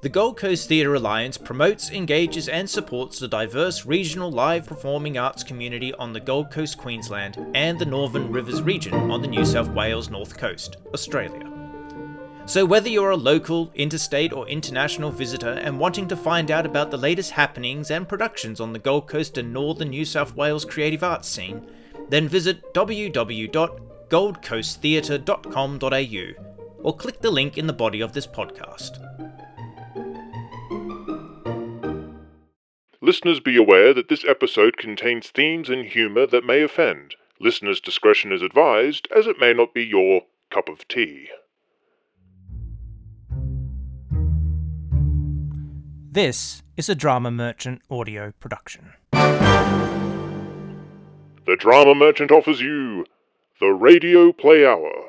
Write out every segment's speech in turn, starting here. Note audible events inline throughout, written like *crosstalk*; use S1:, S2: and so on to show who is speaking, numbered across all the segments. S1: The Gold Coast Theatre Alliance promotes, engages, and supports the diverse regional live performing arts community on the Gold Coast, Queensland, and the Northern Rivers region on the New South Wales North Coast, Australia. So, whether you're a local, interstate, or international visitor and wanting to find out about the latest happenings and productions on the Gold Coast and northern New South Wales creative arts scene, then visit www.goldcoasttheatre.com.au or click the link in the body of this podcast.
S2: Listeners be aware that this episode contains themes and humor that may offend. Listeners' discretion is advised, as it may not be your cup of tea.
S1: This is a Drama Merchant audio production.
S2: The Drama Merchant offers you the Radio Play Hour.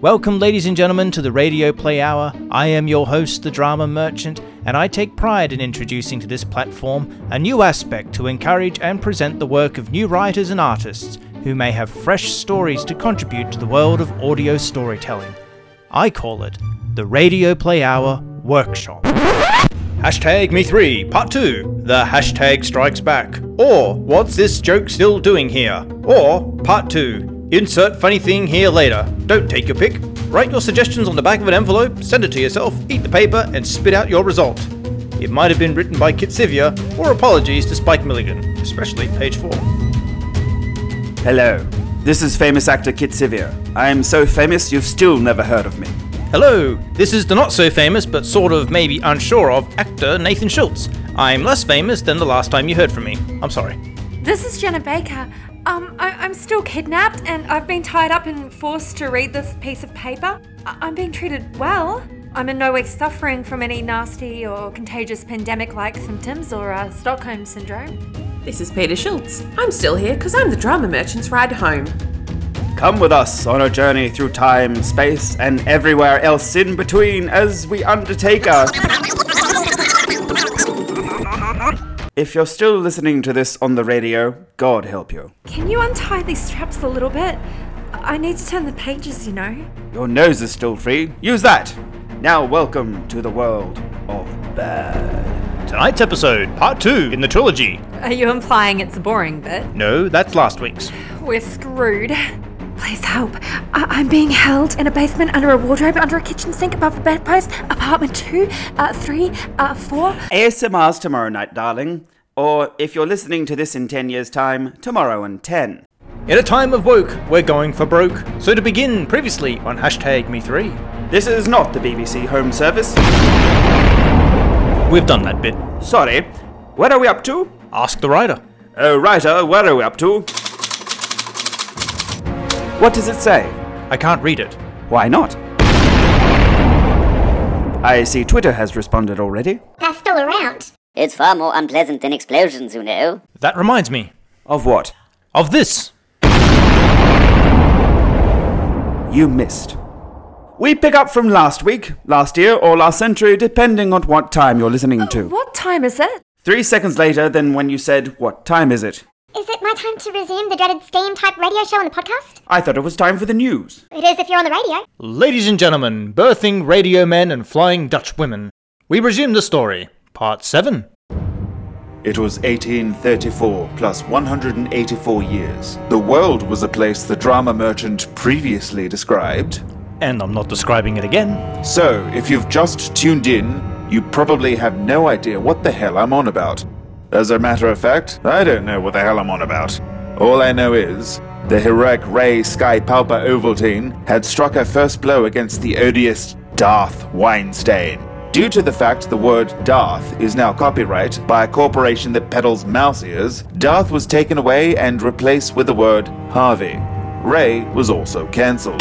S1: Welcome, ladies and gentlemen, to the Radio Play Hour. I am your host, the Drama Merchant, and I take pride in introducing to this platform a new aspect to encourage and present the work of new writers and artists who may have fresh stories to contribute to the world of audio storytelling. I call it the Radio Play Hour Workshop. Hashtag Me3, Part 2, The Hashtag Strikes Back. Or, What's This Joke Still Doing Here? Or, Part 2, Insert Funny Thing Here Later. Don't take your pick. Write your suggestions on the back of an envelope, send it to yourself, eat the paper, and spit out your result. It might have been written by Kitsivia, or apologies to Spike Milligan, especially page 4.
S3: Hello, this is famous actor Kit Sevier. I am so famous you've still never heard of me.
S1: Hello, this is the not so famous but sort of maybe unsure of actor Nathan Schultz. I'm less famous than the last time you heard from me. I'm sorry.
S4: This is Jenna Baker. Um, I- I'm still kidnapped and I've been tied up and forced to read this piece of paper. I- I'm being treated well. I'm in no way suffering from any nasty or contagious pandemic like symptoms or uh, Stockholm syndrome.
S5: This is Peter Schultz. I'm still here because I'm the drama merchant's ride home.
S3: Come with us on a journey through time, space, and everywhere else in between as we undertake our. If you're still listening to this on the radio, God help you.
S4: Can you untie these straps a little bit? I, I need to turn the pages, you know.
S3: Your nose is still free. Use that! Now, welcome to the world of bad.
S1: Tonight's episode, part two in the trilogy.
S4: Are you implying it's a boring bit?
S1: No, that's last week's.
S4: We're screwed. Please help. I- I'm being held in a basement under a wardrobe, under a kitchen sink, above a bedpost, apartment two, uh, three, uh, four.
S3: ASMR's tomorrow night, darling. Or if you're listening to this in 10 years' time, tomorrow in 10.
S1: In a time of woke, we're going for broke. So to begin, previously on hashtag Me3,
S3: This is not the BBC Home Service.
S1: we've done that bit.
S3: Sorry. What are we up to?
S1: Ask the writer.
S3: Oh, writer, what are we up to? What does it say?
S1: I can't read it.
S3: Why not? I see Twitter has responded already.
S6: That's still around.
S7: It's far more unpleasant than explosions, you know.
S1: That reminds me
S3: Of what?
S1: of this.
S3: You missed. We pick up from last week, last year, or last century, depending on what time you're listening to.
S4: Oh, What time is it?
S3: Three seconds later than when you said, What time is it?
S6: Is it my time to resume the dreaded steam type radio show on the podcast?
S3: I thought it was time for the news.
S6: It is if you're on the radio.
S1: Ladies and gentlemen, birthing radio men and flying Dutch women. We resume the story, part seven.
S8: It was 1834 plus 184 years. The world was a place the drama merchant previously described.
S1: And I'm not describing it again.
S8: So, if you've just tuned in, you probably have no idea what the hell I'm on about. As a matter of fact, I don't know what the hell I'm on about. All I know is the heroic Ray Sky Palpa Ovaltine had struck her first blow against the odious Darth Weinstein. Due to the fact the word Darth is now copyright by a corporation that peddles mouse ears, Darth was taken away and replaced with the word Harvey. Ray was also cancelled.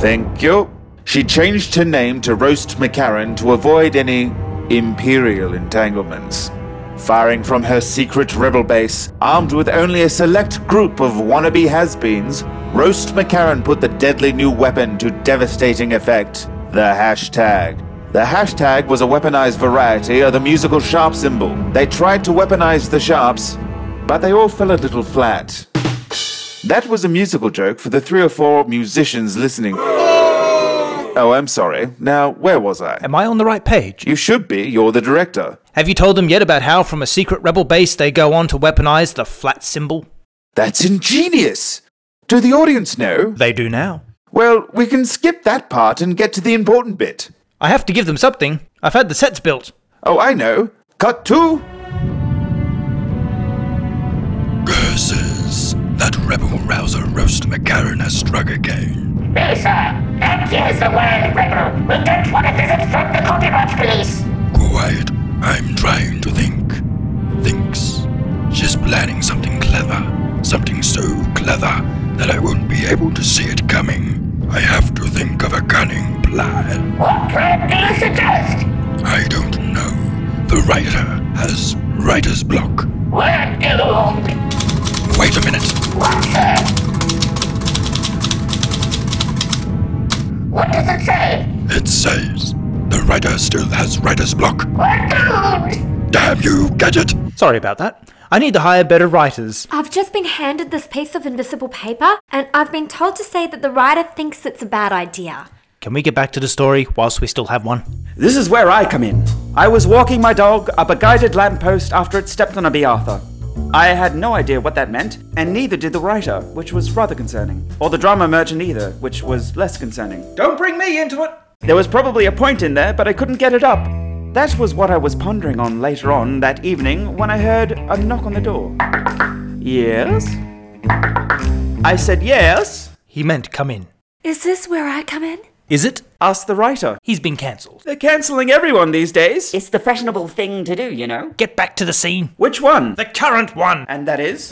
S8: Thank you. She changed her name to Roast McCarran to avoid any Imperial entanglements. Firing from her secret rebel base, armed with only a select group of wannabe has beens, Roast McCarran put the deadly new weapon to devastating effect the hashtag. The hashtag was a weaponized variety of the musical sharp symbol. They tried to weaponize the sharps, but they all fell a little flat. That was a musical joke for the three or four musicians listening. Oh, I'm sorry. Now, where was I?
S1: Am I on the right page?
S8: You should be. You're the director.
S1: Have you told them yet about how, from a secret rebel base, they go on to weaponize the flat symbol?
S8: That's ingenious. Do the audience know?
S1: They do now.
S8: Well, we can skip that part and get to the important bit.
S1: I have to give them something. I've had the sets built.
S8: Oh, I know. Cut two.
S9: Curses! That rebel rouser Roast McCarran has struck again. Quiet. I'm trying to think. Thinks. She's planning something clever. Something so clever that I won't be able to see it coming. I have to think of a cunning plan. What plan do you suggest? I don't know. The writer has writer's block. Wait a minute.
S10: What does it say?
S9: It says the writer still has writer's block.
S10: What dude?
S9: Damn you, gadget!
S1: Sorry about that. I need to hire better writers.
S4: I've just been handed this piece of invisible paper, and I've been told to say that the writer thinks it's a bad idea.
S1: Can we get back to the story whilst we still have one?
S3: This is where I come in. I was walking my dog up a guided lamppost after it stepped on a bee Arthur. I had no idea what that meant, and neither did the writer, which was rather concerning. Or the drama merchant either, which was less concerning. Don't bring me into it! There was probably a point in there, but I couldn't get it up. That was what I was pondering on later on that evening when I heard a knock on the door. Yes? I said yes,
S1: He meant come in.
S4: Is this where I come in?
S1: Is it?
S3: asked the writer.
S1: He's been cancelled.
S3: They're cancelling everyone these days.
S10: It's the fashionable thing to do, you know.
S1: Get back to the scene.
S3: Which one?
S1: The current one.
S3: And that is?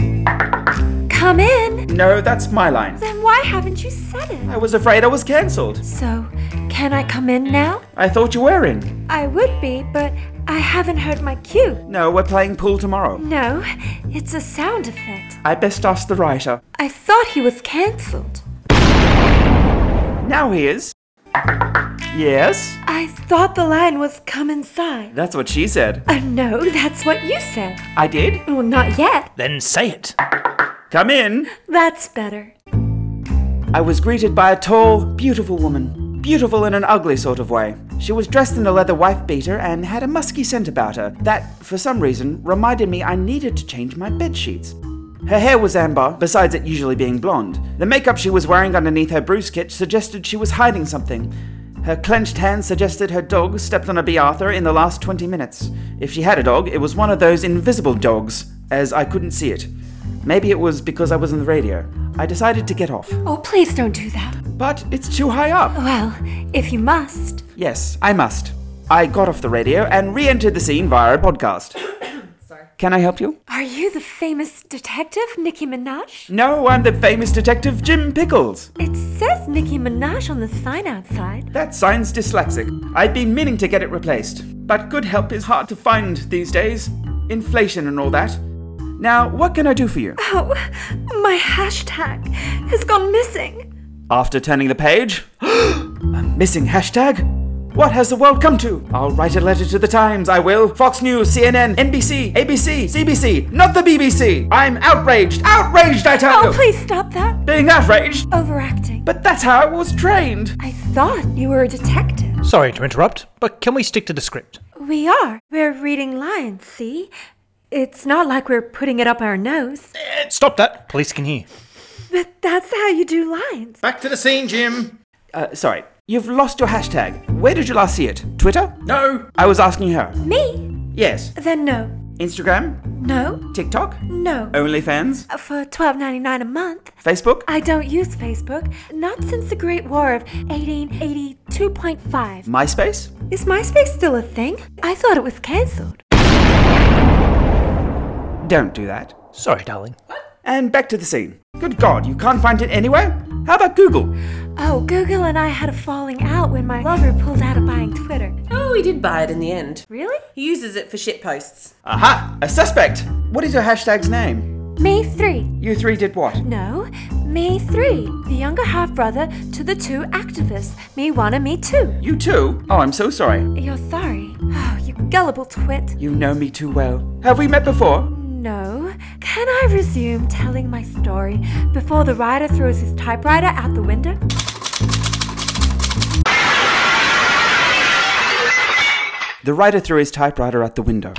S4: Come in?
S3: No, that's my line.
S4: Then why haven't you said
S3: I
S4: it?
S3: was afraid I was cancelled.
S4: So, can I come in now?
S3: I thought you were in.
S4: I would be, but I haven't heard my cue.
S3: No, we're playing pool tomorrow.
S4: No, it's a sound effect.
S3: I best ask the writer.
S4: I thought he was cancelled.
S3: Now he is. Yes?
S4: I thought the line was come inside.
S3: That's what she said.
S4: Uh, no, that's what you said.
S3: I did?
S4: Well, not yet.
S1: Then say it.
S3: Come in.
S4: That's better.
S3: I was greeted by a tall, beautiful woman. Beautiful in an ugly sort of way. She was dressed in a leather wife beater and had a musky scent about her that, for some reason, reminded me I needed to change my bed sheets. Her hair was amber, besides it usually being blonde. The makeup she was wearing underneath her bruise kit suggested she was hiding something. Her clenched hand suggested her dog stepped on a bee Arthur in the last 20 minutes. If she had a dog, it was one of those invisible dogs, as I couldn't see it. Maybe it was because I was on the radio. I decided to get off.
S4: Oh, please don't do that.
S3: But it's too high up.
S4: Well, if you must.
S3: Yes, I must. I got off the radio and re entered the scene via a podcast. Sorry. Can I help you?
S4: Are you the famous detective, Nicki Minaj?
S3: No, I'm the famous detective Jim Pickles.
S4: It says Nicki Minaj on the sign outside.
S3: That sign's dyslexic. I've been meaning to get it replaced. But good help is hard to find these days. Inflation and all that. Now, what can I do for you?
S4: Oh, my hashtag has gone missing.
S3: After turning the page, *gasps* a missing hashtag? What has the world come to? I'll write a letter to the Times, I will. Fox News, CNN, NBC, ABC, CBC, not the BBC. I'm outraged, outraged, I tell
S4: Oh,
S3: you.
S4: please stop that.
S3: Being outraged?
S4: Overacting.
S3: But that's how I was trained.
S4: I thought you were a detective.
S1: Sorry to interrupt, but can we stick to the script?
S4: We are. We're reading lines, see? It's not like we're putting it up our nose.
S1: Eh, Stop that. Police can hear.
S4: But that's how you do lines.
S1: Back to the scene, Jim.
S3: Uh, sorry. You've lost your hashtag. Where did you last see it? Twitter?
S1: No.
S3: I was asking her.
S4: Me?
S3: Yes.
S4: Then no.
S3: Instagram?
S4: No.
S3: TikTok?
S4: No.
S3: OnlyFans?
S4: For twelve ninety nine a month.
S3: Facebook?
S4: I don't use Facebook, not since the Great War of 1882.5.
S3: MySpace?
S4: Is MySpace still a thing? I thought it was cancelled.
S3: Don't do that.
S1: Sorry, darling.
S3: And back to the scene. Good God, you can't find it anywhere? How about Google?
S4: Oh, Google and I had a falling out when my lover pulled out of buying Twitter.
S5: Oh, he did buy it in the end.
S4: Really?
S5: He uses it for shit posts.
S3: Aha! A suspect! What is your hashtag's name?
S4: Me 3.
S3: You three did what?
S4: No, Me three, the younger half brother to the two activists, me one and me two.
S3: You too? Oh, I'm so sorry.
S4: You're sorry. Oh, you gullible twit.
S3: You know me too well. Have we met before?
S4: No. Can I resume telling my story before the writer throws his typewriter out the window?
S3: The writer threw his typewriter out the window.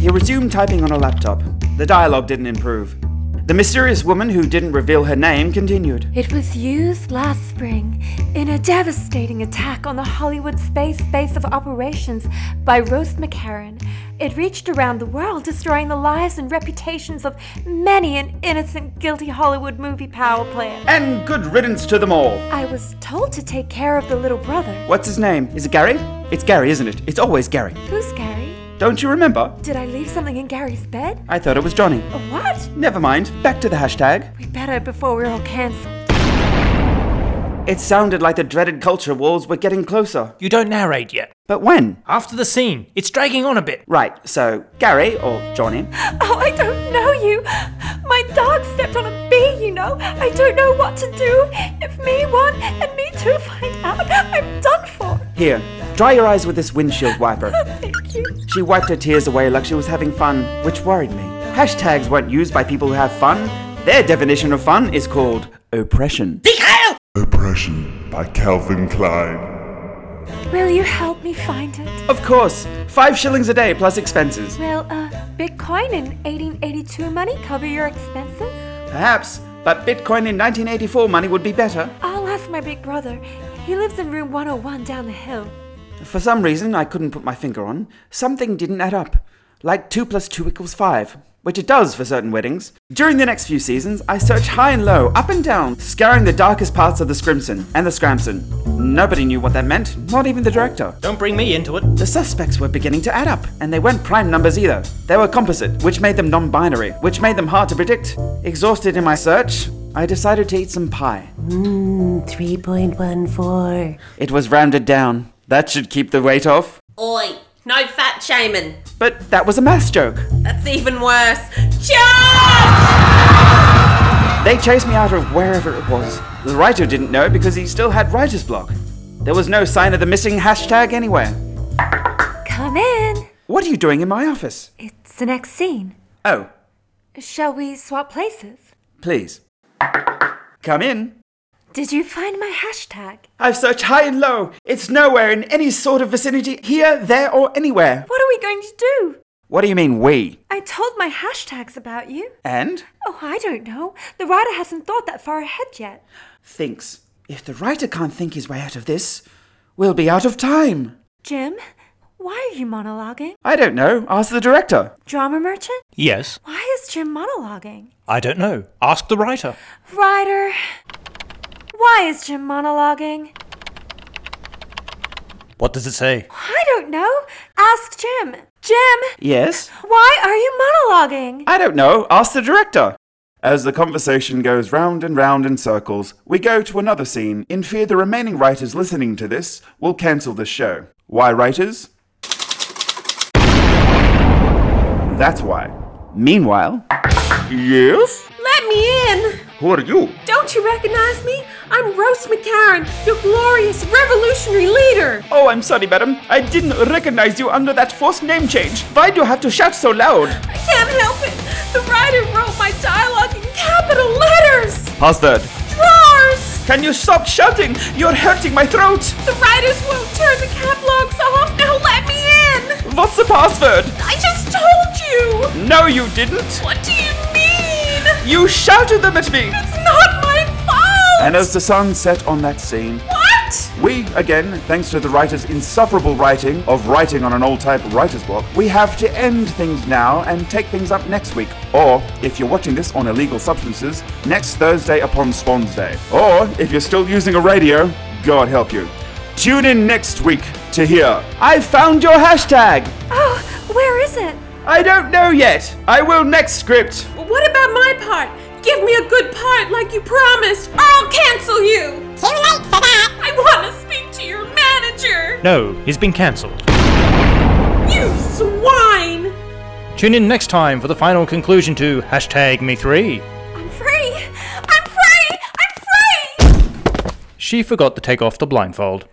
S3: He resumed typing on a laptop. The dialogue didn't improve. The mysterious woman who didn't reveal her name continued.
S4: It was used last spring in a devastating attack on the Hollywood space base of operations by Rose McCarran. It reached around the world, destroying the lives and reputations of many an innocent, guilty Hollywood movie power player.
S3: And good riddance to them all.
S4: I was told to take care of the little brother.
S3: What's his name? Is it Gary? It's Gary, isn't it? It's always Gary.
S4: Who's Gary?
S3: Don't you remember?
S4: Did I leave something in Gary's bed?
S3: I thought it was Johnny.
S4: What?
S3: Never mind. Back to the hashtag.
S4: We better before we're all cancelled.
S3: It sounded like the dreaded culture walls were getting closer.
S1: You don't narrate yet.
S3: But when?
S1: After the scene, it's dragging on a bit.
S3: Right, so Gary, or Johnny,
S4: Oh, I don't know you. My dog stepped on a bee, you know. I don't know what to do. If me one and me two find out, I'm done for. *laughs*
S3: here, dry your eyes with this windshield wiper.
S4: Thank you.
S3: She wiped her tears away like she was having fun, which worried me. Hashtags weren't used by people who have fun. Their definition of fun is called oppression.
S11: Oppression by Calvin Klein.
S4: Will you help me find it?
S3: Of course, five shillings a day plus expenses.
S4: Will uh, Bitcoin in 1882 money cover your expenses?
S3: Perhaps, but Bitcoin in 1984 money would be better.
S4: I'll ask my big brother. He lives in room 101 down the hill.
S3: For some reason I couldn't put my finger on, something didn't add up. Like 2 plus 2 equals 5, which it does for certain weddings. During the next few seasons, I searched high and low, up and down, scouring the darkest parts of the Scrimson and the Scramson. Nobody knew what that meant, not even the director.
S1: Don't bring me into it.
S3: The suspects were beginning to add up, and they weren't prime numbers either. They were composite, which made them non binary, which made them hard to predict. Exhausted in my search, I decided to eat some pie.
S5: Mmm, 3.14.
S3: It was rounded down. That should keep the weight off.
S5: Oi, no fat shaming.
S3: But that was a math joke.
S5: That's even worse. Charge!
S3: They chased me out of wherever it was. The writer didn't know because he still had writer's block. There was no sign of the missing hashtag anywhere.
S4: Come in.
S3: What are you doing in my office?
S4: It's the next scene.
S3: Oh,
S4: Shall we swap places?
S3: please. Come in.
S4: Did you find my hashtag?
S3: I've searched high and low. It's nowhere in any sort of vicinity, here, there, or anywhere.
S4: What are we going to do?
S3: What do you mean, we?
S4: I told my hashtags about you.
S3: And?
S4: Oh, I don't know. The writer hasn't thought that far ahead yet.
S3: Thinks. If the writer can't think his way out of this, we'll be out of time.
S4: Jim, why are you monologuing?
S3: I don't know. Ask the director.
S4: Drama merchant?
S1: Yes.
S4: Why is Jim monologuing?
S1: I don't know. Ask the writer.
S4: Writer, why is Jim monologuing?
S1: What does it say?
S4: I don't know. Ask Jim. Jim,
S3: Yes?
S4: why are you monologuing?
S3: I don't know. Ask the director. As the conversation goes round and round in circles, we go to another scene in fear the remaining writers listening to this will cancel the show. Why, writers? That's why. Meanwhile. Yes?
S5: Let me in!
S8: Who are you?
S5: Don't you recognize me? I'm Roast McCarran, your glorious revolutionary leader!
S3: Oh, I'm sorry, madam. I didn't recognize you under that forced name change. Why do you have to shout so loud?
S5: I can't help it! The writer wrote my dialogue in capital letters!
S3: Pass that.
S5: Drawers!
S3: Can you stop shouting? You're hurting my throat.
S5: The writers won't turn the catalogs off! Now let me in!
S3: What's the password?
S5: I just told you!
S3: No, you didn't.
S5: What do you mean?
S3: You shouted them at me.
S5: It's not my fault!
S8: And as the sun set on that scene,
S5: What?
S8: we, again, thanks to the writer's insufferable writing of writing on an old type writer's block, we have to end things now and take things up next week. Or, if you're watching this on illegal substances, next Thursday upon Swans Day. Or, if you're still using a radio, God help you. Tune in next week to hear.
S3: I found your hashtag.
S4: Oh, where is it?
S3: I don't know yet. I will next script.
S5: Well, what about my part? Give me a good part like you promised, or I'll cancel you!
S6: Too late for that!
S5: I want to speak to your manager!
S1: No, he's been cancelled.
S5: You swine!
S1: Tune in next time for the final conclusion to hashtag me3.
S4: I'm free.
S1: She forgot to take off the blindfold.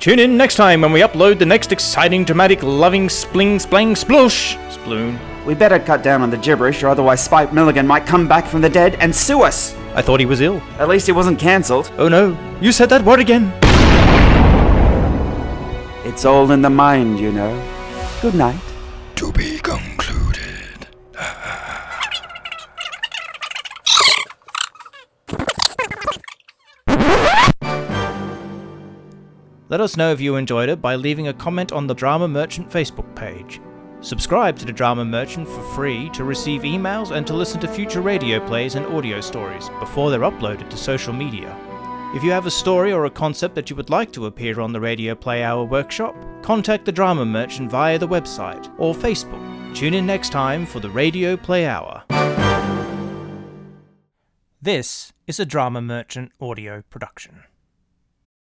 S1: Tune in next time when we upload the next exciting, dramatic, loving spling splang sploosh sploon.
S3: We better cut down on the gibberish, or otherwise Spike Milligan might come back from the dead and sue us.
S1: I thought he was ill.
S3: At least he wasn't cancelled.
S1: Oh no, you said that word again.
S3: It's all in the mind, you know. Good night.
S9: To be concluded.
S1: Let us know if you enjoyed it by leaving a comment on the Drama Merchant Facebook page. Subscribe to the Drama Merchant for free to receive emails and to listen to future radio plays and audio stories before they're uploaded to social media. If you have a story or a concept that you would like to appear on the Radio Play Hour workshop, contact the Drama Merchant via the website or Facebook. Tune in next time for the Radio Play Hour. This is a Drama Merchant audio production.